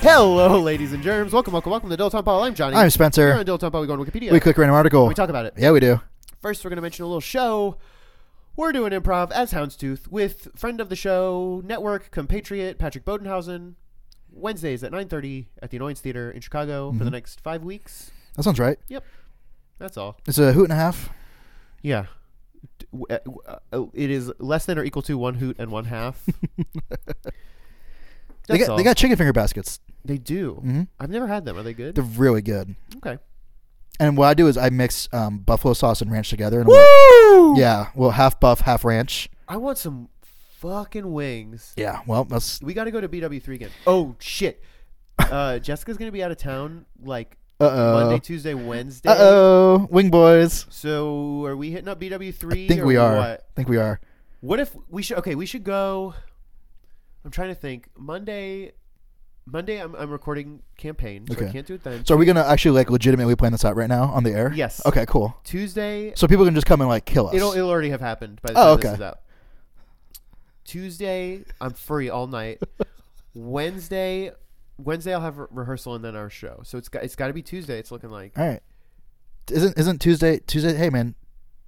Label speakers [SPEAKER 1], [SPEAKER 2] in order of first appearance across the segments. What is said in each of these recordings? [SPEAKER 1] Hello, ladies and germs. Welcome, welcome, welcome to Dilettante Pile. I'm Johnny.
[SPEAKER 2] I'm
[SPEAKER 1] Here
[SPEAKER 2] Spencer.
[SPEAKER 1] on Dilettante Pile. We go on Wikipedia.
[SPEAKER 2] We click random article.
[SPEAKER 1] We talk about it.
[SPEAKER 2] yeah, we do.
[SPEAKER 1] First, we're going to mention a little show. We're doing improv as Houndstooth with friend of the show, network compatriot Patrick Bodenhausen. Wednesdays at 9:30 at the Annoyance Theater in Chicago
[SPEAKER 2] Mm-hmm.
[SPEAKER 1] for the next five weeks.
[SPEAKER 2] That sounds right.
[SPEAKER 1] That's all.
[SPEAKER 2] It's a hoot and a half.
[SPEAKER 1] Yeah. D- w- uh, w- uh, oh, It is less than or equal to one hoot and one half.
[SPEAKER 2] They
[SPEAKER 1] That's
[SPEAKER 2] got,
[SPEAKER 1] all.
[SPEAKER 2] they got chicken finger baskets.
[SPEAKER 1] They do.
[SPEAKER 2] Mhm.
[SPEAKER 1] I've never had them. Are they good?
[SPEAKER 2] They're really good.
[SPEAKER 1] okay.
[SPEAKER 2] And what I do is I mix um, buffalo sauce and ranch together. And
[SPEAKER 1] Woo!
[SPEAKER 2] We'll, yeah, well, half buff, half ranch.
[SPEAKER 1] I want some fucking wings.
[SPEAKER 2] Yeah, well, that's
[SPEAKER 1] We got to go to BW3 again. Oh shit. Uh, Jessica's gonna be out of town like Monday,
[SPEAKER 2] uh oh,
[SPEAKER 1] Tuesday, Wednesday.
[SPEAKER 2] uh oh, wing boys.
[SPEAKER 1] So are we hitting up BW3?
[SPEAKER 2] I think
[SPEAKER 1] or
[SPEAKER 2] we are. I
[SPEAKER 1] What?
[SPEAKER 2] think we are.
[SPEAKER 1] What if we should? Okay, we should go. I'm trying to think. Monday, Monday, I'm, I'm recording campaign, so I
[SPEAKER 2] Okay.
[SPEAKER 1] can't do it then.
[SPEAKER 2] So are we gonna actually like legitimately plan this out right now on the air?
[SPEAKER 1] Yes.
[SPEAKER 2] Okay, cool.
[SPEAKER 1] Tuesday,
[SPEAKER 2] So people can just come and like kill us.
[SPEAKER 1] it'll it'll already have happened by the time
[SPEAKER 2] Oh,
[SPEAKER 1] this
[SPEAKER 2] okay.
[SPEAKER 1] is out. Tuesday, I'm free all night. Wednesday, Wednesday I'll have re- rehearsal and then our show. So it's got it's got to be Tuesday. It's looking like.
[SPEAKER 2] All right. Isn't isn't Tuesday Tuesday? Hey man,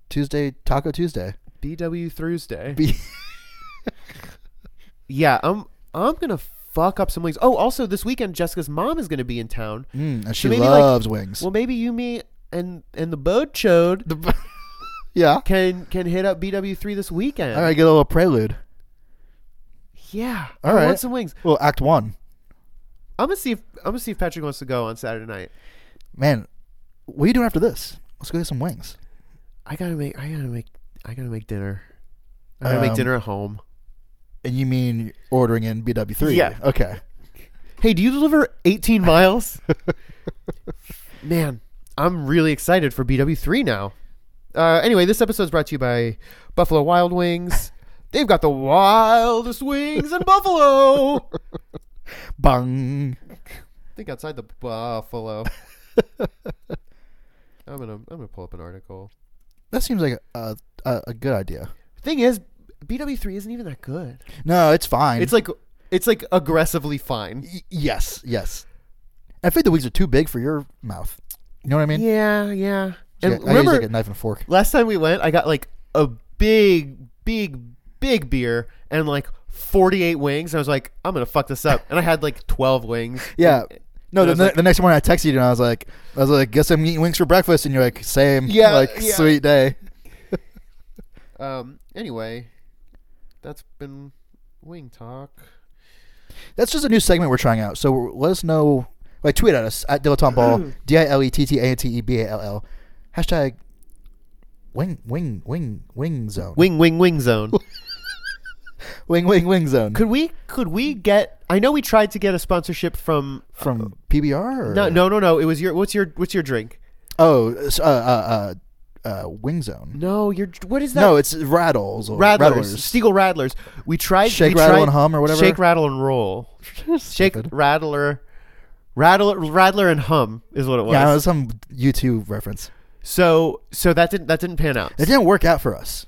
[SPEAKER 2] Tuesday Taco Tuesday.
[SPEAKER 1] BW Thursday.
[SPEAKER 2] B-
[SPEAKER 1] yeah, I'm I'm gonna fuck up some wings. Oh, also this weekend Jessica's mom is gonna be in town.
[SPEAKER 2] Mm, and she
[SPEAKER 1] maybe, like-
[SPEAKER 2] loves wings.
[SPEAKER 1] Well, maybe you, me, and and the boat chode
[SPEAKER 2] yeah.
[SPEAKER 1] can can hit up BW three this weekend.
[SPEAKER 2] All right, get a little prelude.
[SPEAKER 1] Yeah.
[SPEAKER 2] All
[SPEAKER 1] I want
[SPEAKER 2] right.
[SPEAKER 1] some wings.
[SPEAKER 2] Well, Act One.
[SPEAKER 1] I'm gonna see if I'm gonna see if Patrick wants to go on Saturday night.
[SPEAKER 2] Man, what are you doing after this? Let's go get some wings.
[SPEAKER 1] I gotta make I gotta make I gotta make dinner. I gotta make
[SPEAKER 2] Um,
[SPEAKER 1] dinner at home.
[SPEAKER 2] And you mean ordering in BW3?
[SPEAKER 1] Yeah.
[SPEAKER 2] Okay.
[SPEAKER 1] Hey, do you deliver 18 miles? Man, I'm really excited for BW3 now. Uh, anyway, this episode is brought to you by Buffalo Wild Wings. They've got the wildest wings in Buffalo.
[SPEAKER 2] Bung.
[SPEAKER 1] Think outside the Buffalo. I'm gonna I'm gonna pull up an article.
[SPEAKER 2] That seems like a, a, a good idea.
[SPEAKER 1] Thing is, BW3 isn't even that good.
[SPEAKER 2] No, it's fine.
[SPEAKER 1] It's like it's like aggressively fine.
[SPEAKER 2] Y- yes, yes. I think the wings are too big for your mouth. You know what I mean?
[SPEAKER 1] Yeah, yeah.
[SPEAKER 2] So
[SPEAKER 1] And
[SPEAKER 2] I use
[SPEAKER 1] remember,
[SPEAKER 2] like a knife and fork.
[SPEAKER 1] last time we went, I got like a big, big, big beer and like 48 wings. And I was like, I'm going to fuck this up. And I had like 12 wings.
[SPEAKER 2] Yeah.
[SPEAKER 1] And I
[SPEAKER 2] No, the,
[SPEAKER 1] was
[SPEAKER 2] ne-
[SPEAKER 1] like-
[SPEAKER 2] the next morning I texted you and I was like, I was like, guess I'm eating wings for breakfast. And you're like, same.
[SPEAKER 1] Yeah,
[SPEAKER 2] Like,
[SPEAKER 1] yeah.
[SPEAKER 2] sweet day.
[SPEAKER 1] Um, anyway, that's been wing talk.
[SPEAKER 2] That's just a new segment we're trying out. So let us know, like tweet at us at dilettante ball d i l e t t a n t e b a l l hashtag wing wing wing wing zone
[SPEAKER 1] Wing, wing, wing zone.
[SPEAKER 2] wing wing wing zone
[SPEAKER 1] could we, could we get, I know we tried to get a sponsorship from,
[SPEAKER 2] from PBR. Or?
[SPEAKER 1] no, no, no, no. It was your, what's your, what's your drink?
[SPEAKER 2] Oh, s- uh, uh, uh, uh, wing zone.
[SPEAKER 1] No, your, what is that?
[SPEAKER 2] No, it's rattles. Or
[SPEAKER 1] Rattlers,
[SPEAKER 2] rattlers.
[SPEAKER 1] Stiegel Rattlers. We tried
[SPEAKER 2] Shake,
[SPEAKER 1] we
[SPEAKER 2] rattle,
[SPEAKER 1] tried-
[SPEAKER 2] and hum or whatever?
[SPEAKER 1] Shake, rattle, and roll. Shake,
[SPEAKER 2] Stupid.
[SPEAKER 1] rattler, rattle, rattler, and hum is what it was.
[SPEAKER 2] Yeah, that was some U2 reference.
[SPEAKER 1] so, so that didn't that didn't pan out.
[SPEAKER 2] It didn't work out for us.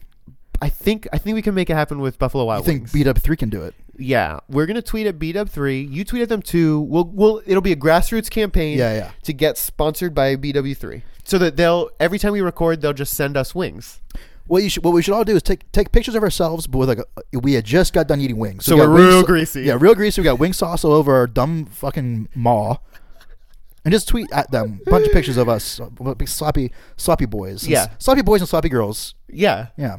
[SPEAKER 1] I think I think we can make it happen with Buffalo
[SPEAKER 2] I
[SPEAKER 1] Wild
[SPEAKER 2] think
[SPEAKER 1] Wings.
[SPEAKER 2] beat up three can do it.
[SPEAKER 1] yeah, we're gonna tweet at beat up three. You tweet at them too. We'll we'll it'll be a grassroots campaign.
[SPEAKER 2] Yeah, yeah.
[SPEAKER 1] To get sponsored by BW three, so that they'll every time we record, they'll just send us wings.
[SPEAKER 2] What you should, what we should all do is take take pictures of ourselves, but with like a, we had just got done eating wings,
[SPEAKER 1] So
[SPEAKER 2] we got
[SPEAKER 1] we're
[SPEAKER 2] wing
[SPEAKER 1] real
[SPEAKER 2] sau-
[SPEAKER 1] greasy.
[SPEAKER 2] Yeah, real greasy. We got wing sauce all over our dumb fucking maw, and just tweet at them a bunch of pictures of us, uh, big sloppy sloppy boys, and
[SPEAKER 1] Yeah.
[SPEAKER 2] s- sloppy boys and sloppy girls.
[SPEAKER 1] Yeah,
[SPEAKER 2] Yeah,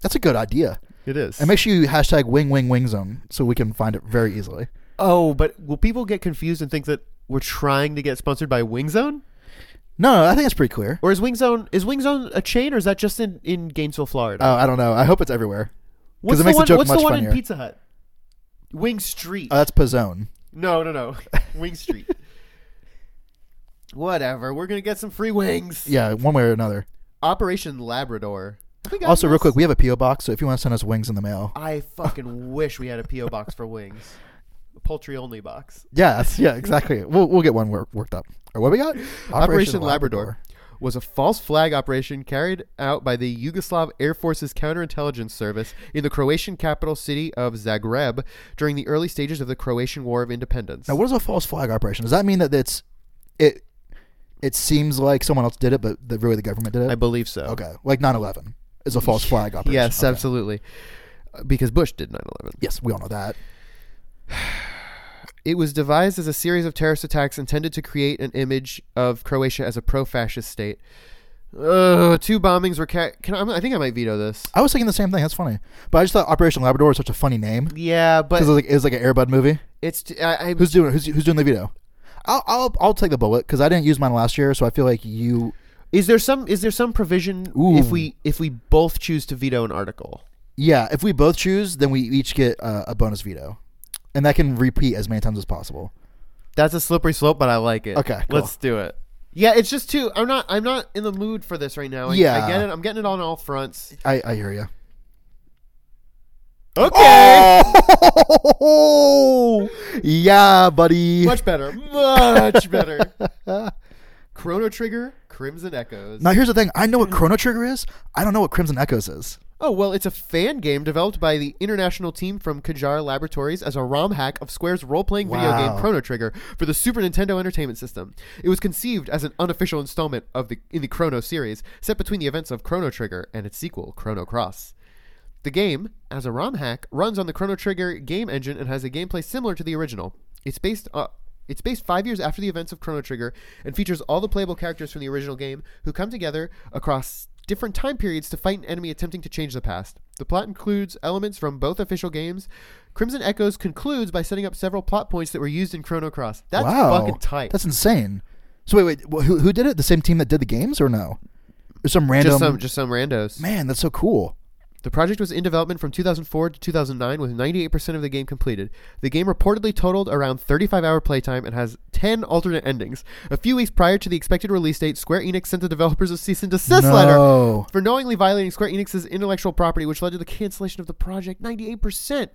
[SPEAKER 2] that's a good idea.
[SPEAKER 1] it is.
[SPEAKER 2] And make sure you hashtag wing wing wing zone so we can find it very easily.
[SPEAKER 1] oh, but will people get confused and think that we're trying to get sponsored by Wing Zone?
[SPEAKER 2] No, no, I think it's pretty clear.
[SPEAKER 1] Or is Wing Zone is Wing Zone a chain, or is that just in, in Gainesville, Florida?
[SPEAKER 2] Oh, I don't know. I hope it's everywhere.
[SPEAKER 1] what's
[SPEAKER 2] it makes the
[SPEAKER 1] one,
[SPEAKER 2] joke
[SPEAKER 1] What's
[SPEAKER 2] much
[SPEAKER 1] the one
[SPEAKER 2] funnier.
[SPEAKER 1] in Pizza Hut? Wing Street.
[SPEAKER 2] Oh, that's Pizzone.
[SPEAKER 1] no, no, no. Wing Street. Whatever. We're gonna get some free wings.
[SPEAKER 2] Yeah, one way or another.
[SPEAKER 1] Operation Labrador. Have we gotten
[SPEAKER 2] Also, real
[SPEAKER 1] this?
[SPEAKER 2] quick, we have a PO box, so if you want to send us wings in the mail,
[SPEAKER 1] I fucking wish we had a PO box for wings. A poultry only box.
[SPEAKER 2] yeah, that's- yeah, exactly. We'll we'll get one wor- worked up. Or what we got?
[SPEAKER 1] Operation, Labrador. was a false flag operation carried out by the Yugoslav Air Force's counterintelligence service in the Croatian capital city of Zagreb during the early stages of the Croatian War of Independence.
[SPEAKER 2] Now, what is a false flag operation? Does that mean that it's it? It seems like someone else did it, but the, really the government did it.
[SPEAKER 1] I believe so.
[SPEAKER 2] okay, like 9/11 is a false flag operation.
[SPEAKER 1] Yes,
[SPEAKER 2] Okay.
[SPEAKER 1] absolutely. Uh, Because Bush did 9 11.
[SPEAKER 2] Yes, we all know that.
[SPEAKER 1] It was devised as a series of terrorist attacks intended to create an image of Croatia as a pro fascist state. Ugh, two bombings were. Ca- can I, I think I might veto this.
[SPEAKER 2] I was thinking the same thing. That's funny, but I just thought Operation Labrador was such a funny name
[SPEAKER 1] Yeah, but
[SPEAKER 2] because it was like it was like an Airbud movie.
[SPEAKER 1] it's. t- I, I,
[SPEAKER 2] Who's doing who's who's doing the veto? I'll I'll, I'll take the bullet because I didn't use mine last year, so I feel like you.
[SPEAKER 1] Is there some is there some provision
[SPEAKER 2] Ooh.
[SPEAKER 1] if we if we both choose to veto an article?
[SPEAKER 2] Yeah, if we both choose, then we each get uh, a bonus veto, and that can repeat as many times as possible.
[SPEAKER 1] That's a slippery slope, but I like it.
[SPEAKER 2] Okay, cool.
[SPEAKER 1] let's do it. Yeah, it's just too. I'm not. I'm not in the mood for this right now. I, I
[SPEAKER 2] Yeah.
[SPEAKER 1] get it. I'm getting it on all fronts.
[SPEAKER 2] I I hear you.
[SPEAKER 1] Okay,
[SPEAKER 2] Oh, yeah, buddy.
[SPEAKER 1] Oh! much better. Much better. Chrono Trigger, Crimson Echoes.
[SPEAKER 2] Now here's the thing. I know what Chrono Trigger is. I don't know what Crimson Echoes is.
[SPEAKER 1] Oh well, it's a fan game developed by the international team from Kajar Laboratories as a ROM hack of Square's role-playing video
[SPEAKER 2] Wow.
[SPEAKER 1] game Chrono Trigger for the Super Nintendo Entertainment System. It was conceived as an unofficial installment of the in the Chrono series, set between the events of Chrono Trigger and its sequel, Chrono Cross. The game, as a ROM hack, runs on the Chrono Trigger game engine and has a gameplay similar to the original. It's based uh, it's based five years after the events of Chrono Trigger and features all the playable characters from the original game who come together across different time periods to fight an enemy attempting to change the past. The plot includes elements from both official games. Crimson Echoes concludes by setting up several plot points that were used in Chrono Cross. That's
[SPEAKER 2] wow,
[SPEAKER 1] fucking tight.
[SPEAKER 2] That's insane. So wait, wait, wh- who who did it? The same team that did the games, or no? Or some random
[SPEAKER 1] just some just some randos.
[SPEAKER 2] man. That's so cool.
[SPEAKER 1] The project was in development from 2004 to 2009 with 98% of the game completed. The game reportedly totaled around 35 hour playtime and has 10 alternate endings. A few weeks prior to the expected release date, Square Enix sent the developers a cease and desist letter
[SPEAKER 2] No.
[SPEAKER 1] for knowingly violating Square Enix's intellectual property, which led to the cancellation of the project 98%.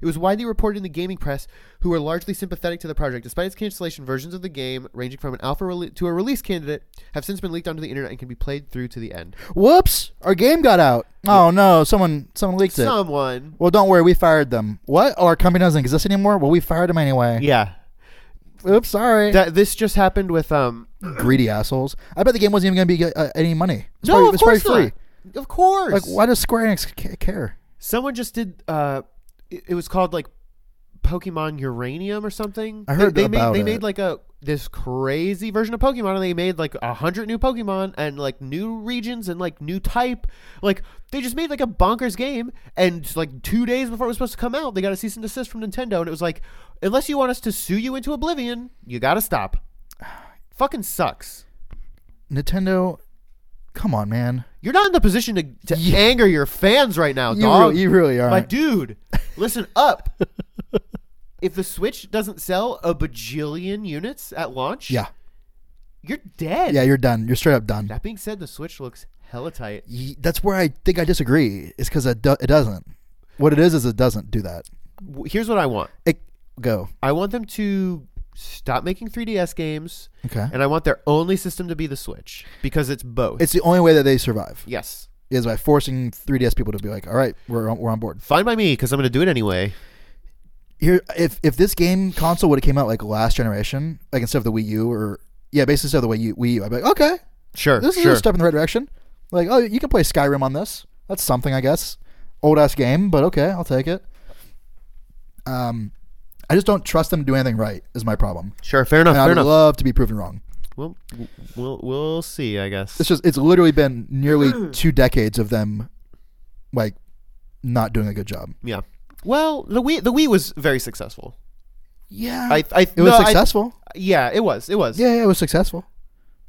[SPEAKER 1] It was widely reported in the gaming press, who were largely sympathetic to the project. Despite its cancellation, versions of the game, ranging from an alpha rele- to a release candidate, have since been leaked onto the internet and can be played through to the end.
[SPEAKER 2] Whoops! Our game got out. Oh no! Someone someone leaked it.
[SPEAKER 1] Someone
[SPEAKER 2] Well, don't worry. We fired them. What? Oh, our company doesn't exist anymore. Well, we fired them anyway.
[SPEAKER 1] Yeah.
[SPEAKER 2] Oops, sorry.
[SPEAKER 1] That this just happened with um
[SPEAKER 2] Greedy assholes. I bet the game wasn't even going to be uh, any money. It's
[SPEAKER 1] No,
[SPEAKER 2] probably,
[SPEAKER 1] of
[SPEAKER 2] it's
[SPEAKER 1] course
[SPEAKER 2] probably free.
[SPEAKER 1] not. Of course.
[SPEAKER 2] Like, why does Square Enix ca- care?
[SPEAKER 1] Someone just did uh it, it was called like Pokemon Uranium or something.
[SPEAKER 2] I heard
[SPEAKER 1] they, they
[SPEAKER 2] about
[SPEAKER 1] made they
[SPEAKER 2] it.
[SPEAKER 1] made like a this crazy version of Pokemon and they made like a hundred new Pokemon and like new regions and like new type. Like they just made like a bonkers game and like two days before it was supposed to come out, they got a cease and desist from Nintendo and it was like, unless you want us to sue you into oblivion, you gotta stop. Fucking sucks.
[SPEAKER 2] Nintendo, come on, man.
[SPEAKER 1] You're not in the position to, to anger your fans right now,
[SPEAKER 2] You,
[SPEAKER 1] dog.
[SPEAKER 2] re- you really are.
[SPEAKER 1] My dude, listen up. if the Switch doesn't sell a bajillion units at launch,
[SPEAKER 2] yeah,
[SPEAKER 1] you're dead.
[SPEAKER 2] yeah, you're done. You're straight up done.
[SPEAKER 1] That being said, the Switch looks hella tight.
[SPEAKER 2] Ye- That's where I think I disagree. Is because it, do- it doesn't. What it is is it doesn't do that.
[SPEAKER 1] W- Here's what I want.
[SPEAKER 2] It go
[SPEAKER 1] I want them to stop making 3DS games,
[SPEAKER 2] okay.
[SPEAKER 1] and I want their only system to be the Switch because it's both.
[SPEAKER 2] It's the only way that they survive
[SPEAKER 1] yes.
[SPEAKER 2] is by forcing 3DS people to be like, all right, we're on, we're on board.
[SPEAKER 1] Fine by me because I'm going to do it anyway.
[SPEAKER 2] Here, if if this game console would have came out like last generation, like instead of the Wii U or yeah, basically instead of the Wii U, Wii U I'd be like, okay,
[SPEAKER 1] Sure.
[SPEAKER 2] this is
[SPEAKER 1] sure.
[SPEAKER 2] a step in the right direction. Like, oh, you can play Skyrim on this. That's something, I guess. Old ass game, but okay, I'll take it. Um, I just don't trust them to do anything right. Is my problem.
[SPEAKER 1] Sure. Fair enough.
[SPEAKER 2] And I
[SPEAKER 1] Oh, Fair
[SPEAKER 2] would
[SPEAKER 1] enough.
[SPEAKER 2] love to be proven wrong.
[SPEAKER 1] well, w- we'll we'll see. I guess.
[SPEAKER 2] It's just it's literally been nearly two decades of them, like, not doing a good job.
[SPEAKER 1] Yeah. Well, the Wii the Wii was very successful.
[SPEAKER 2] Yeah,
[SPEAKER 1] I I
[SPEAKER 2] it was
[SPEAKER 1] no, I-
[SPEAKER 2] successful.
[SPEAKER 1] yeah, it was. It was.
[SPEAKER 2] yeah, yeah, it was successful.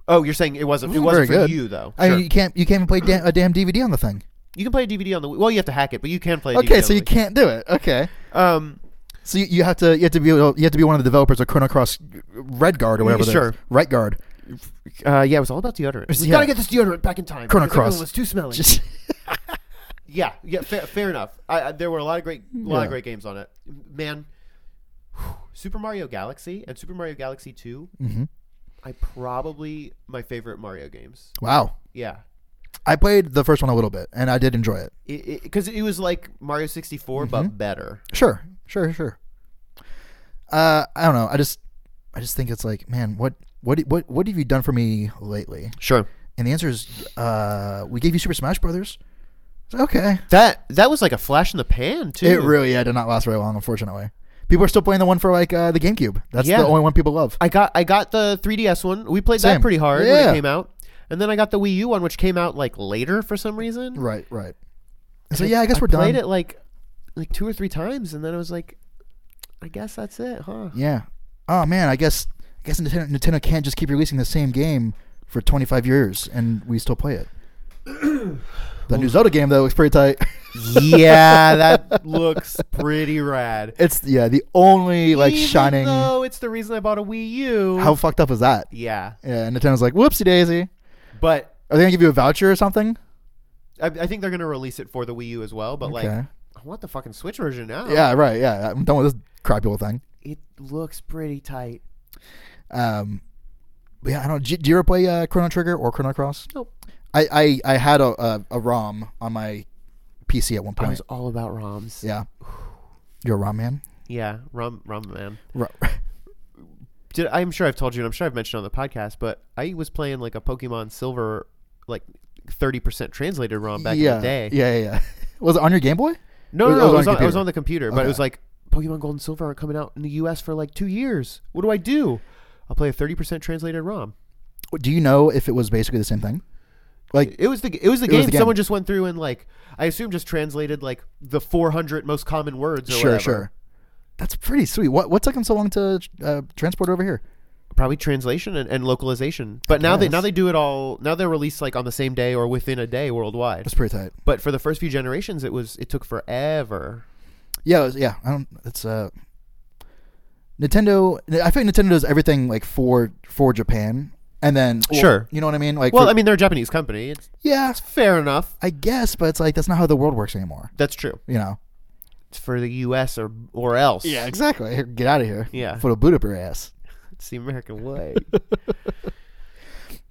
[SPEAKER 1] Oh, you're saying it wasn't. It
[SPEAKER 2] Wasn't
[SPEAKER 1] wasn't for
[SPEAKER 2] very good.
[SPEAKER 1] you though.
[SPEAKER 2] I
[SPEAKER 1] Sure.
[SPEAKER 2] mean, you can't you can't even play da- a damn DVD on the thing.
[SPEAKER 1] you can play a DVD on the. Well, you have to hack it, but you can play. A DVD
[SPEAKER 2] Okay,
[SPEAKER 1] on
[SPEAKER 2] so
[SPEAKER 1] the
[SPEAKER 2] you
[SPEAKER 1] Wii.
[SPEAKER 2] can't do it. Okay,
[SPEAKER 1] Um,
[SPEAKER 2] so you, you have to you have to be able- you have to be one of the developers of Chrono Cross Red Guard or whatever. that
[SPEAKER 1] Sure.
[SPEAKER 2] is. Right Guard.
[SPEAKER 1] uh, yeah, it was all about deodorant. We
[SPEAKER 2] yeah.
[SPEAKER 1] gotta get this deodorant back in time.
[SPEAKER 2] Chrono
[SPEAKER 1] because everyone
[SPEAKER 2] Cross.
[SPEAKER 1] was too smelly.
[SPEAKER 2] Just-
[SPEAKER 1] Yeah, yeah, fair, fair enough. I, I, there were a lot of great, lot
[SPEAKER 2] Yeah.
[SPEAKER 1] of great games on it. Man, Super Mario Galaxy and Super Mario Galaxy Two.
[SPEAKER 2] Mhm.
[SPEAKER 1] I probably my favorite Mario games.
[SPEAKER 2] Wow.
[SPEAKER 1] Yeah,
[SPEAKER 2] I played the first one a little bit, and I did enjoy it.
[SPEAKER 1] because it, was like Mario sixty
[SPEAKER 2] Mm-hmm.
[SPEAKER 1] but better.
[SPEAKER 2] Sure, sure, sure. Uh, I don't know. I just, I just think it's like, man, what, what, what, what have you done for me lately?
[SPEAKER 1] Sure.
[SPEAKER 2] And the answer is, uh, we gave you Super Smash Brothers. It's like, okay,
[SPEAKER 1] That that was like a flash in the pan too.
[SPEAKER 2] it really yeah, did not last very long, unfortunately. People are still playing the one for like uh, the GameCube. That's
[SPEAKER 1] Yeah.
[SPEAKER 2] the only one people love.
[SPEAKER 1] I got I got the 3DS one. We played
[SPEAKER 2] Same.
[SPEAKER 1] that pretty hard when
[SPEAKER 2] Yeah.
[SPEAKER 1] it came out, and then I got the Wii U one, which came out like later for some reason.
[SPEAKER 2] right, right. So yeah, I guess we're
[SPEAKER 1] Played
[SPEAKER 2] done.
[SPEAKER 1] it like like two or three times, and then I was like, I guess that's it, huh?
[SPEAKER 2] Yeah. Oh man, I guess I guess Nintendo, Nintendo can't just keep releasing the same game for 25 years and we still play it. the new Zelda game though looks pretty tight.
[SPEAKER 1] yeah, that looks pretty rad.
[SPEAKER 2] It's yeah, the only like
[SPEAKER 1] Even
[SPEAKER 2] shining.
[SPEAKER 1] Though it's the reason I bought a Wii U.
[SPEAKER 2] How fucked up is that?
[SPEAKER 1] Yeah,
[SPEAKER 2] Yeah, and Nintendo's like, whoopsie daisy.
[SPEAKER 1] but
[SPEAKER 2] Are they gonna give you a voucher or something?
[SPEAKER 1] I, I think they're gonna release it for the Wii U as well. But like, uh,
[SPEAKER 2] Okay.
[SPEAKER 1] I want the fucking Switch version now.
[SPEAKER 2] Yeah, right. Yeah, I'm done with this crappy little thing.
[SPEAKER 1] it looks pretty tight.
[SPEAKER 2] Um, but yeah, I don't. Do do you ever play uh, Chrono Trigger or Chrono Cross?
[SPEAKER 1] Nope.
[SPEAKER 2] I I, I had a, a a ROM on my PC at one
[SPEAKER 1] I
[SPEAKER 2] point.
[SPEAKER 1] was all about ROMs.
[SPEAKER 2] Yeah. You're a ROM man.
[SPEAKER 1] Yeah, rum rum man.
[SPEAKER 2] Ro-
[SPEAKER 1] Did I'm sure I've told you and I'm sure I've mentioned on the podcast, but I was playing like a Pokemon Silver like 30% translated ROM back
[SPEAKER 2] yeah.
[SPEAKER 1] in the day.
[SPEAKER 2] Yeah, yeah, yeah. Was it on your Game Boy?
[SPEAKER 1] No, no,
[SPEAKER 2] It
[SPEAKER 1] no,
[SPEAKER 2] was- it
[SPEAKER 1] it
[SPEAKER 2] was
[SPEAKER 1] was
[SPEAKER 2] on your
[SPEAKER 1] on, it was
[SPEAKER 2] computer.
[SPEAKER 1] on the computer, but
[SPEAKER 2] Okay.
[SPEAKER 1] it was like Pokemon Gold and Silver aren't coming out in the US for like 2 years. What do I do? I'll play a 30% translated ROM.
[SPEAKER 2] Do you know if it was basically the same thing? Like,
[SPEAKER 1] It was the it was the,
[SPEAKER 2] It was
[SPEAKER 1] game.
[SPEAKER 2] the game.
[SPEAKER 1] Someone just went through and like I assume just translated like the 400 most common words or
[SPEAKER 2] sure,
[SPEAKER 1] whatever.
[SPEAKER 2] sure. That's pretty sweet. What what took them so long to uh, transport over here?
[SPEAKER 1] Probably translation and, and localization. But now they
[SPEAKER 2] guess.
[SPEAKER 1] now they do it all now they're released like on the same day or within a day worldwide.
[SPEAKER 2] That's pretty tight.
[SPEAKER 1] But for the first few generations, it was it took forever.
[SPEAKER 2] Yeah, it was- yeah. I don't. It's uh, Nintendo. I feel like Nintendo does everything like for for Japan, and then well,
[SPEAKER 1] Sure.
[SPEAKER 2] you know what I mean. Like,
[SPEAKER 1] Well,
[SPEAKER 2] for-
[SPEAKER 1] I mean, they're a Japanese company. It's
[SPEAKER 2] yeah,
[SPEAKER 1] fair enough.
[SPEAKER 2] I guess, but it's like that's not how the world works anymore.
[SPEAKER 1] That's true.
[SPEAKER 2] You know.
[SPEAKER 1] It's for the U.S. or or else.
[SPEAKER 2] exactly. Here, Get out of here.
[SPEAKER 1] Yeah.
[SPEAKER 2] Put a boot up your ass.
[SPEAKER 1] it's the American way.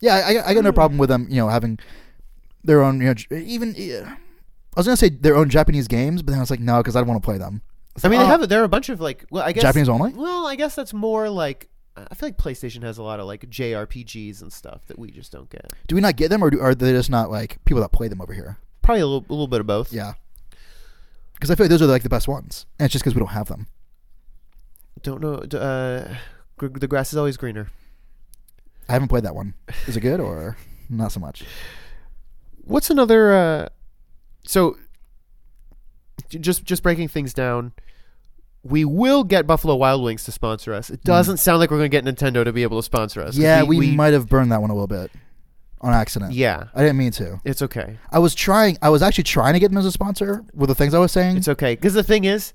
[SPEAKER 2] Yeah, I, I got no problem with them. You know, having their own. You know, j- even yeah. I was gonna say their own Japanese games, but then I was like, no, because I don't want to play them. It's
[SPEAKER 1] I mean,
[SPEAKER 2] like,
[SPEAKER 1] they
[SPEAKER 2] oh,
[SPEAKER 1] have there are a bunch of like well, I guess
[SPEAKER 2] Japanese only.
[SPEAKER 1] Well, I guess that's more like I feel like PlayStation has a lot of like JRPGs and stuff that we just don't get.
[SPEAKER 2] Do we not get them, or do, are they just not like people that play them over here?
[SPEAKER 1] Probably a little, a little bit of both.
[SPEAKER 2] Yeah. Because I feel like those are like the best ones, and it's just because we don't have them.
[SPEAKER 1] Don't know. d- Uh, gr- the grass is always greener.
[SPEAKER 2] I haven't played that one. Is it good or not so much?
[SPEAKER 1] what's another uh so j- just just breaking things down we will get buffalo wild wings to sponsor us it doesn't sound like we're going to get nintendo to be able to sponsor us 'cause
[SPEAKER 2] Mm. Yeah, we, might have burned that one a little bit on accident.
[SPEAKER 1] yeah
[SPEAKER 2] I didn't mean to.
[SPEAKER 1] it's okay
[SPEAKER 2] I was trying. I was actually trying to get them as a sponsor with the things I was saying.
[SPEAKER 1] it's okay because the thing is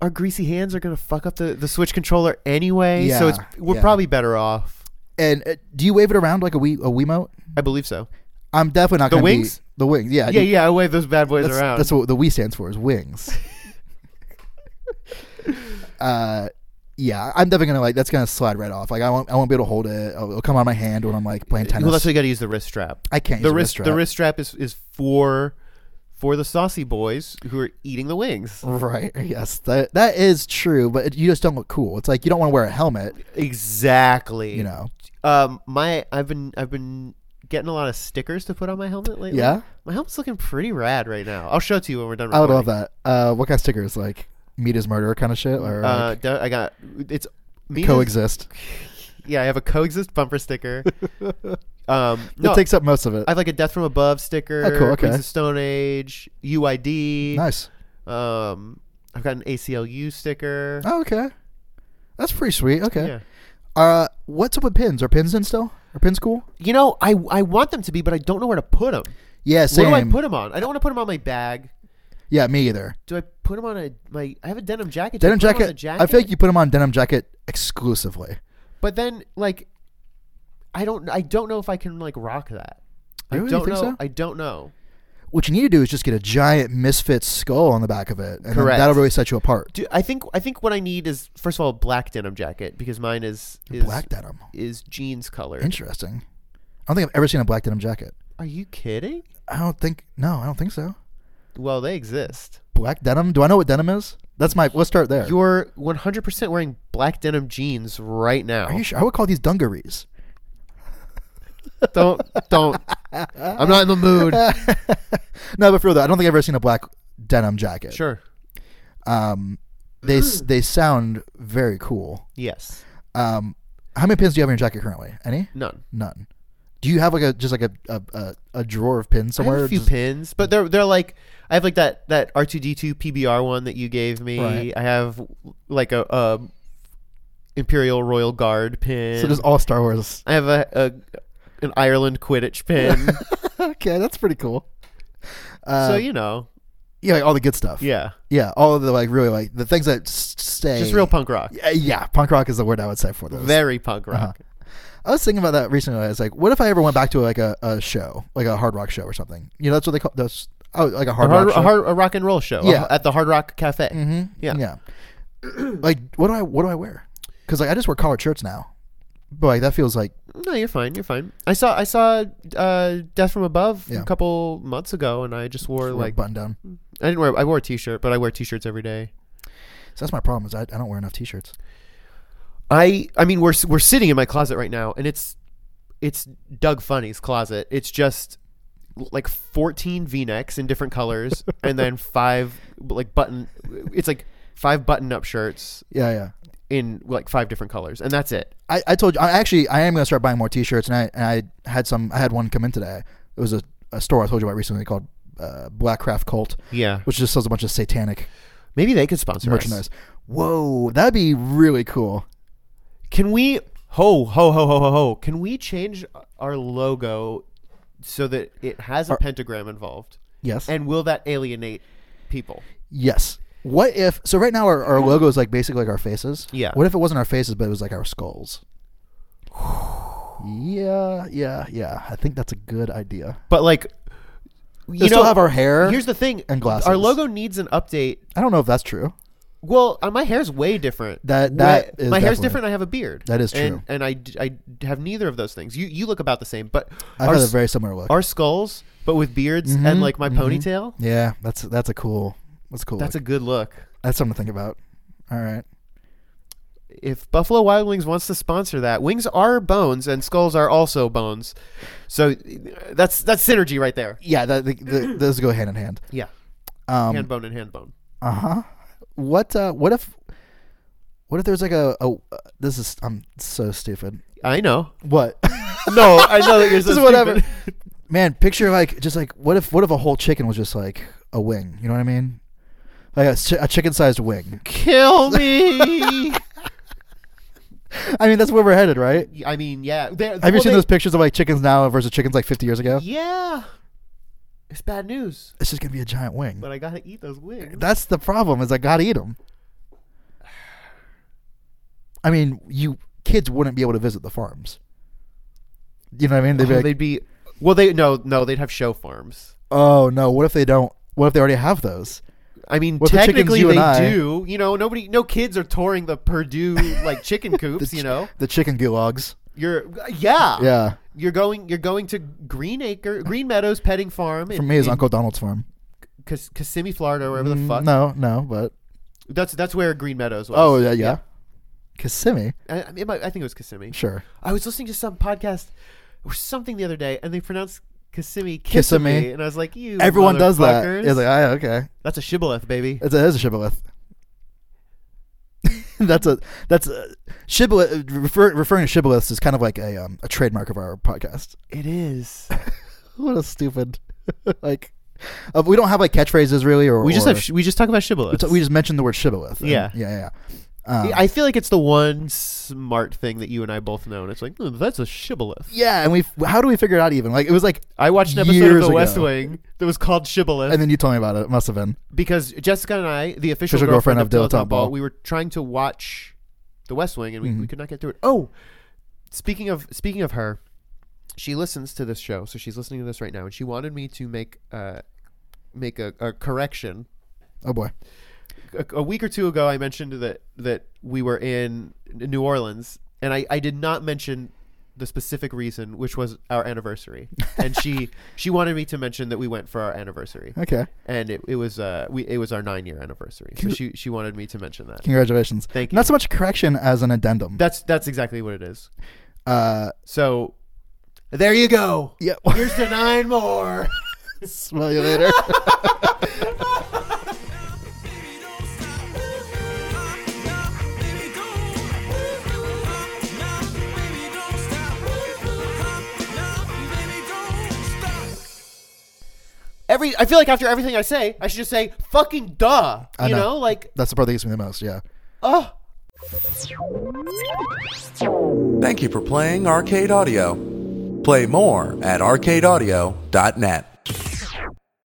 [SPEAKER 1] our greasy hands are going to fuck up the, the switch controller anyway so it's
[SPEAKER 2] Yeah,
[SPEAKER 1] we're
[SPEAKER 2] yeah.
[SPEAKER 1] probably better off
[SPEAKER 2] and uh, do you wave it around like a wee a Wiimote?
[SPEAKER 1] i believe so
[SPEAKER 2] I'm definitely not
[SPEAKER 1] The
[SPEAKER 2] gonna be-
[SPEAKER 1] wings?
[SPEAKER 2] the wings, yeah, I
[SPEAKER 1] yeah
[SPEAKER 2] do-
[SPEAKER 1] yeah i wave those bad boys
[SPEAKER 2] That's,
[SPEAKER 1] around
[SPEAKER 2] that's what the Wii stands for is wings. uh, yeah, I'm definitely gonna like that's gonna slide right off. Like I won't I won't be able to hold it. It'll, it'll come out of my hand when I'm like playing tennis.
[SPEAKER 1] well that's why you got to use the wrist strap
[SPEAKER 2] I can't
[SPEAKER 1] the
[SPEAKER 2] use a
[SPEAKER 1] wrist, the
[SPEAKER 2] strap.
[SPEAKER 1] wrist strap is, is for for the saucy boys who are eating the wings
[SPEAKER 2] Right. Yes. That that is true, but it, you just don't look cool. It's like you don't want to wear a helmet,
[SPEAKER 1] Exactly.
[SPEAKER 2] you know.
[SPEAKER 1] um, my I've been I've been getting a lot of stickers to put on my helmet lately.
[SPEAKER 2] Yeah?
[SPEAKER 1] my helmet's looking pretty rad right now. I'll show it to you when we're done.
[SPEAKER 2] I would
[SPEAKER 1] Recording.
[SPEAKER 2] love that. Uh what kind of stickers like meat is murder kind of shit or
[SPEAKER 1] Uh,
[SPEAKER 2] like,
[SPEAKER 1] d- I got it's me and-
[SPEAKER 2] coexist.
[SPEAKER 1] Yeah, I have a coexist bumper sticker. um, no,
[SPEAKER 2] it takes up most of it.
[SPEAKER 1] I have like a death from above sticker.
[SPEAKER 2] Oh, cool, okay.
[SPEAKER 1] Queens of Stone Age UID.
[SPEAKER 2] nice.
[SPEAKER 1] Um, I've got an ACLU sticker.
[SPEAKER 2] Oh, okay. That's pretty sweet. Okay.
[SPEAKER 1] Yeah.
[SPEAKER 2] Uh what's up with pins? Are pins in still? or Pinskool?
[SPEAKER 1] You know, I I want them to be, but I don't know where to put them.
[SPEAKER 2] Yeah, same.
[SPEAKER 1] What do I put them on? I don't want to put them on my bag.
[SPEAKER 2] yeah, me either.
[SPEAKER 1] Do I put them on a my? I have a denim jacket. Do I
[SPEAKER 2] Denim
[SPEAKER 1] put 'em on
[SPEAKER 2] jacket,
[SPEAKER 1] the
[SPEAKER 2] I feel like you put them on denim jacket exclusively.
[SPEAKER 1] But then, like, I don't. I don't know if I can like rock that.
[SPEAKER 2] Really?
[SPEAKER 1] I
[SPEAKER 2] You
[SPEAKER 1] don't
[SPEAKER 2] think
[SPEAKER 1] know.
[SPEAKER 2] so?
[SPEAKER 1] I don't know.
[SPEAKER 2] What you need to do is just get a giant misfit skull on the back of it, and then
[SPEAKER 1] Correct.
[SPEAKER 2] that'll really set you apart.
[SPEAKER 1] Do I think I think what I need is first of all a black denim jacket because mine is is
[SPEAKER 2] black denim,
[SPEAKER 1] is jeans color.
[SPEAKER 2] interesting. I don't think I've ever seen a black denim jacket.
[SPEAKER 1] Are you kidding?
[SPEAKER 2] I don't think. No, I don't think so.
[SPEAKER 1] Well, they exist.
[SPEAKER 2] Black denim. Do I know what denim is? That's my. Let's start there.
[SPEAKER 1] You're 100% wearing black denim jeans right now.
[SPEAKER 2] Are you sure? I would call these dungarees.
[SPEAKER 1] don't don't. I'm not in the mood.
[SPEAKER 2] No, but for real though, I don't think I've ever seen a black denim jacket.
[SPEAKER 1] Sure.
[SPEAKER 2] Um, they s- they sound very cool.
[SPEAKER 1] Yes.
[SPEAKER 2] Um, how many pins do you have in your jacket currently? Any?
[SPEAKER 1] None.
[SPEAKER 2] None. Do you have like a just like a a, a, a drawer of pins
[SPEAKER 1] I
[SPEAKER 2] somewhere?
[SPEAKER 1] have a few
[SPEAKER 2] Just-
[SPEAKER 1] pins, but they're they're like I have like that that R two D two PBR one that you gave me.
[SPEAKER 2] Right.
[SPEAKER 1] I have like a, a Imperial Royal Guard pin.
[SPEAKER 2] So just all Star Wars.
[SPEAKER 1] I have a, a an Ireland Quidditch pin.
[SPEAKER 2] okay, that's pretty cool. Uh,
[SPEAKER 1] so you know,
[SPEAKER 2] yeah, like all the good stuff.
[SPEAKER 1] yeah,
[SPEAKER 2] yeah, all of the like really like the things that s- stay.
[SPEAKER 1] just real punk rock,
[SPEAKER 2] Yeah, yeah, punk rock is the word I would say for those.
[SPEAKER 1] very punk
[SPEAKER 2] Uh-huh.
[SPEAKER 1] rock.
[SPEAKER 2] I was thinking about that recently. I was like, what if I ever went back to like a, a show, like a hard rock show or something? You know, that's what they call those. Oh, like a
[SPEAKER 1] A
[SPEAKER 2] hard
[SPEAKER 1] hard,
[SPEAKER 2] rock show.
[SPEAKER 1] a hard a rock and roll show
[SPEAKER 2] Yeah.
[SPEAKER 1] uh, at the Hard Rock Cafe.
[SPEAKER 2] Mhm.
[SPEAKER 1] Yeah.
[SPEAKER 2] yeah. like, what do I what do I wear? Because like I just wear collared shirts now, but like that feels like
[SPEAKER 1] No, you're fine. You're fine. I saw I saw uh, Death from Above
[SPEAKER 2] Yeah.
[SPEAKER 1] a couple months ago, and I just wore
[SPEAKER 2] like
[SPEAKER 1] like
[SPEAKER 2] button down.
[SPEAKER 1] I didn't wear I wore a t-shirt, but I wear t-shirts every day.
[SPEAKER 2] So that's my problem is I, I don't wear enough t-shirts.
[SPEAKER 1] I I mean we're s- we're sitting in my closet right now, and it's it's Doug Funny's closet. It's just l- like 14 V-necks in different colors, and then five like button. It's like five button-up shirts
[SPEAKER 2] Yeah, yeah.
[SPEAKER 1] in like five different colors, and that's it.
[SPEAKER 2] I, I told you I actually I am gonna start buying more T-shirts and I and I had some I had one come in today. It was a, a store I told you about recently called uh, Blackcraft Cult,
[SPEAKER 1] Yeah,
[SPEAKER 2] which just sells a bunch of satanic
[SPEAKER 1] maybe they could sponsor
[SPEAKER 2] merchandise.
[SPEAKER 1] Us.
[SPEAKER 2] Whoa, that'd be really cool.
[SPEAKER 1] Can we? Ho ho ho ho ho ho! Can we change our logo so that it has a pentagram involved?
[SPEAKER 2] Yes.
[SPEAKER 1] And will that alienate people?
[SPEAKER 2] yes. What if? So right now our, our logo is like basically like our faces.
[SPEAKER 1] Yeah.
[SPEAKER 2] What if it wasn't our faces, but it was like our skulls? yeah, yeah, yeah. I think that's a good idea.
[SPEAKER 1] But like, you
[SPEAKER 2] We still have our hair.
[SPEAKER 1] Here's the thing.
[SPEAKER 2] and glasses.
[SPEAKER 1] Our logo needs an update.
[SPEAKER 2] I don't know if that's true.
[SPEAKER 1] Well, uh, my hair's way different.
[SPEAKER 2] That- that
[SPEAKER 1] Way-
[SPEAKER 2] is
[SPEAKER 1] my hair's
[SPEAKER 2] definitely-
[SPEAKER 1] different. I have a beard.
[SPEAKER 2] That is
[SPEAKER 1] And-
[SPEAKER 2] true.
[SPEAKER 1] And, I d- I, d- have neither of those things. You you look about the same, but
[SPEAKER 2] I've
[SPEAKER 1] our,
[SPEAKER 2] had a
[SPEAKER 1] s-
[SPEAKER 2] very similar look.
[SPEAKER 1] our skulls, but with beards and like my ponytail.
[SPEAKER 2] yeah, that's that's a cool. That's a cool.
[SPEAKER 1] That's
[SPEAKER 2] That's
[SPEAKER 1] a good look.
[SPEAKER 2] that's something to think about. All right.
[SPEAKER 1] If Buffalo Wild Wings wants to sponsor that, wings are bones and skulls are also bones. So uh, that's that's synergy right there.
[SPEAKER 2] Yeah, that, the, the, those go hand in hand.
[SPEAKER 1] Yeah,
[SPEAKER 2] Um,
[SPEAKER 1] hand bone and hand bone.
[SPEAKER 2] Uh huh. What uh, what if what if there's like a, a this is I'm so stupid.
[SPEAKER 1] I know.
[SPEAKER 2] What?
[SPEAKER 1] No, I know that you're so
[SPEAKER 2] Just
[SPEAKER 1] whatever.
[SPEAKER 2] whatever. Man, picture like just like what if what if a whole chicken was just like a wing? You know what I mean? Like a, chi- a chicken sized wing.
[SPEAKER 1] Kill me.
[SPEAKER 2] I mean that's where we're headed, right?
[SPEAKER 1] I mean, yeah. They're-
[SPEAKER 2] Have you
[SPEAKER 1] well,
[SPEAKER 2] seen
[SPEAKER 1] they-
[SPEAKER 2] those pictures of like chickens now versus chickens like 50 years ago?
[SPEAKER 1] Yeah. It's bad news,
[SPEAKER 2] It's just gonna be a giant wing.
[SPEAKER 1] but I gotta eat those wings.
[SPEAKER 2] That's the problem. Is I gotta eat them. I mean, you kids wouldn't be able to visit the farms. You know what I mean? They'd be
[SPEAKER 1] Oh,
[SPEAKER 2] like,
[SPEAKER 1] they'd be well. They no, no. They'd have show farms.
[SPEAKER 2] Oh no! What if they don't? What if they already have those?
[SPEAKER 1] I mean,
[SPEAKER 2] Well, the chickens,
[SPEAKER 1] technically
[SPEAKER 2] you and
[SPEAKER 1] they
[SPEAKER 2] I-
[SPEAKER 1] do. You know, nobody, no kids are touring the Purdue like chicken coops. you know, Ah,
[SPEAKER 2] The chicken gulags.
[SPEAKER 1] you're yeah,
[SPEAKER 2] Yeah,
[SPEAKER 1] You're going, you're going to Green Acre, Green Meadows Petting Farm in,
[SPEAKER 2] for me is
[SPEAKER 1] in
[SPEAKER 2] Uncle Donald's farm.
[SPEAKER 1] Kiss- Kissimmee, Florida, or wherever the
[SPEAKER 2] Mm,
[SPEAKER 1] fuck.
[SPEAKER 2] No, no, but
[SPEAKER 1] That's that's where Green Meadows was.
[SPEAKER 2] oh yeah, yeah. Kissimmee,
[SPEAKER 1] I, I, mean, it might- I think it was Kissimmee.
[SPEAKER 2] sure.
[SPEAKER 1] I was listening to some podcast or something the other day, and they pronounced Kissimmee
[SPEAKER 2] Kissimmee.
[SPEAKER 1] Kissimmee, and I was like, "You
[SPEAKER 2] Everyone does that.
[SPEAKER 1] motherfuckers.
[SPEAKER 2] It's like, ah, okay,
[SPEAKER 1] That's a shibboleth, baby.
[SPEAKER 2] it's a, it's a shibboleth. that's a that's a shibboleth. Refer, referring to shibboleths is kind of like a um, a trademark of our podcast.
[SPEAKER 1] It is.
[SPEAKER 2] What a stupid like. Uh, we don't have like catchphrases really, or
[SPEAKER 1] We just
[SPEAKER 2] or-
[SPEAKER 1] have. sh- We just talk about shibboleths.
[SPEAKER 2] So we just mentioned the word shibboleth. and-
[SPEAKER 1] Yeah.
[SPEAKER 2] yeah, yeah. Um,
[SPEAKER 1] I feel like it's the one smart thing that you and I both know, and it's like, "Hmm, that's a shibboleth.
[SPEAKER 2] yeah, and we how do we figure it out even? Like it was like
[SPEAKER 1] I watched an episode of
[SPEAKER 2] Years
[SPEAKER 1] The West
[SPEAKER 2] ago.
[SPEAKER 1] Wing that was called shibboleth,
[SPEAKER 2] and then you told me about it. It must have been.
[SPEAKER 1] because Jessica and I, the official,
[SPEAKER 2] Official
[SPEAKER 1] girlfriend,
[SPEAKER 2] girlfriend
[SPEAKER 1] of
[SPEAKER 2] of
[SPEAKER 1] Dilettante
[SPEAKER 2] Dilettante
[SPEAKER 1] Ball,
[SPEAKER 2] Ball.
[SPEAKER 1] we were trying to watch The West Wing, and we, we
[SPEAKER 2] Mhm.
[SPEAKER 1] could not get through it. Oh, speaking of speaking of her, she listens to this show, so she's listening to this right now, and she wanted me to make uh, make a, a correction.
[SPEAKER 2] Oh boy.
[SPEAKER 1] A, a week or two ago, I mentioned that that we were in New Orleans, and I, I did not mention the specific reason, which was our anniversary, and she she wanted me to mention that we went for our anniversary
[SPEAKER 2] Okay.
[SPEAKER 1] and it, it was uh we it was our nine year anniversary. So she she wanted me to mention that.
[SPEAKER 2] Congratulations.
[SPEAKER 1] Thank you.
[SPEAKER 2] Not so much a correction as an addendum.
[SPEAKER 1] That's that's exactly what it is.
[SPEAKER 2] uh,
[SPEAKER 1] So there you go.
[SPEAKER 2] yeah.
[SPEAKER 1] Here's to nine more.
[SPEAKER 2] Smell you later.
[SPEAKER 3] Baby, don't stop. Nah, nah, baby, don't. Nah, baby, don't stop. Nah, baby, don't stop.
[SPEAKER 1] Every I feel like after everything I say, I should just say fucking duh. You
[SPEAKER 2] I know.
[SPEAKER 1] know. like
[SPEAKER 2] That's the part that gets me the most. Yeah.
[SPEAKER 1] oh
[SPEAKER 4] Thank you for playing Arcade Audio. Play more at arcadeaudio.net.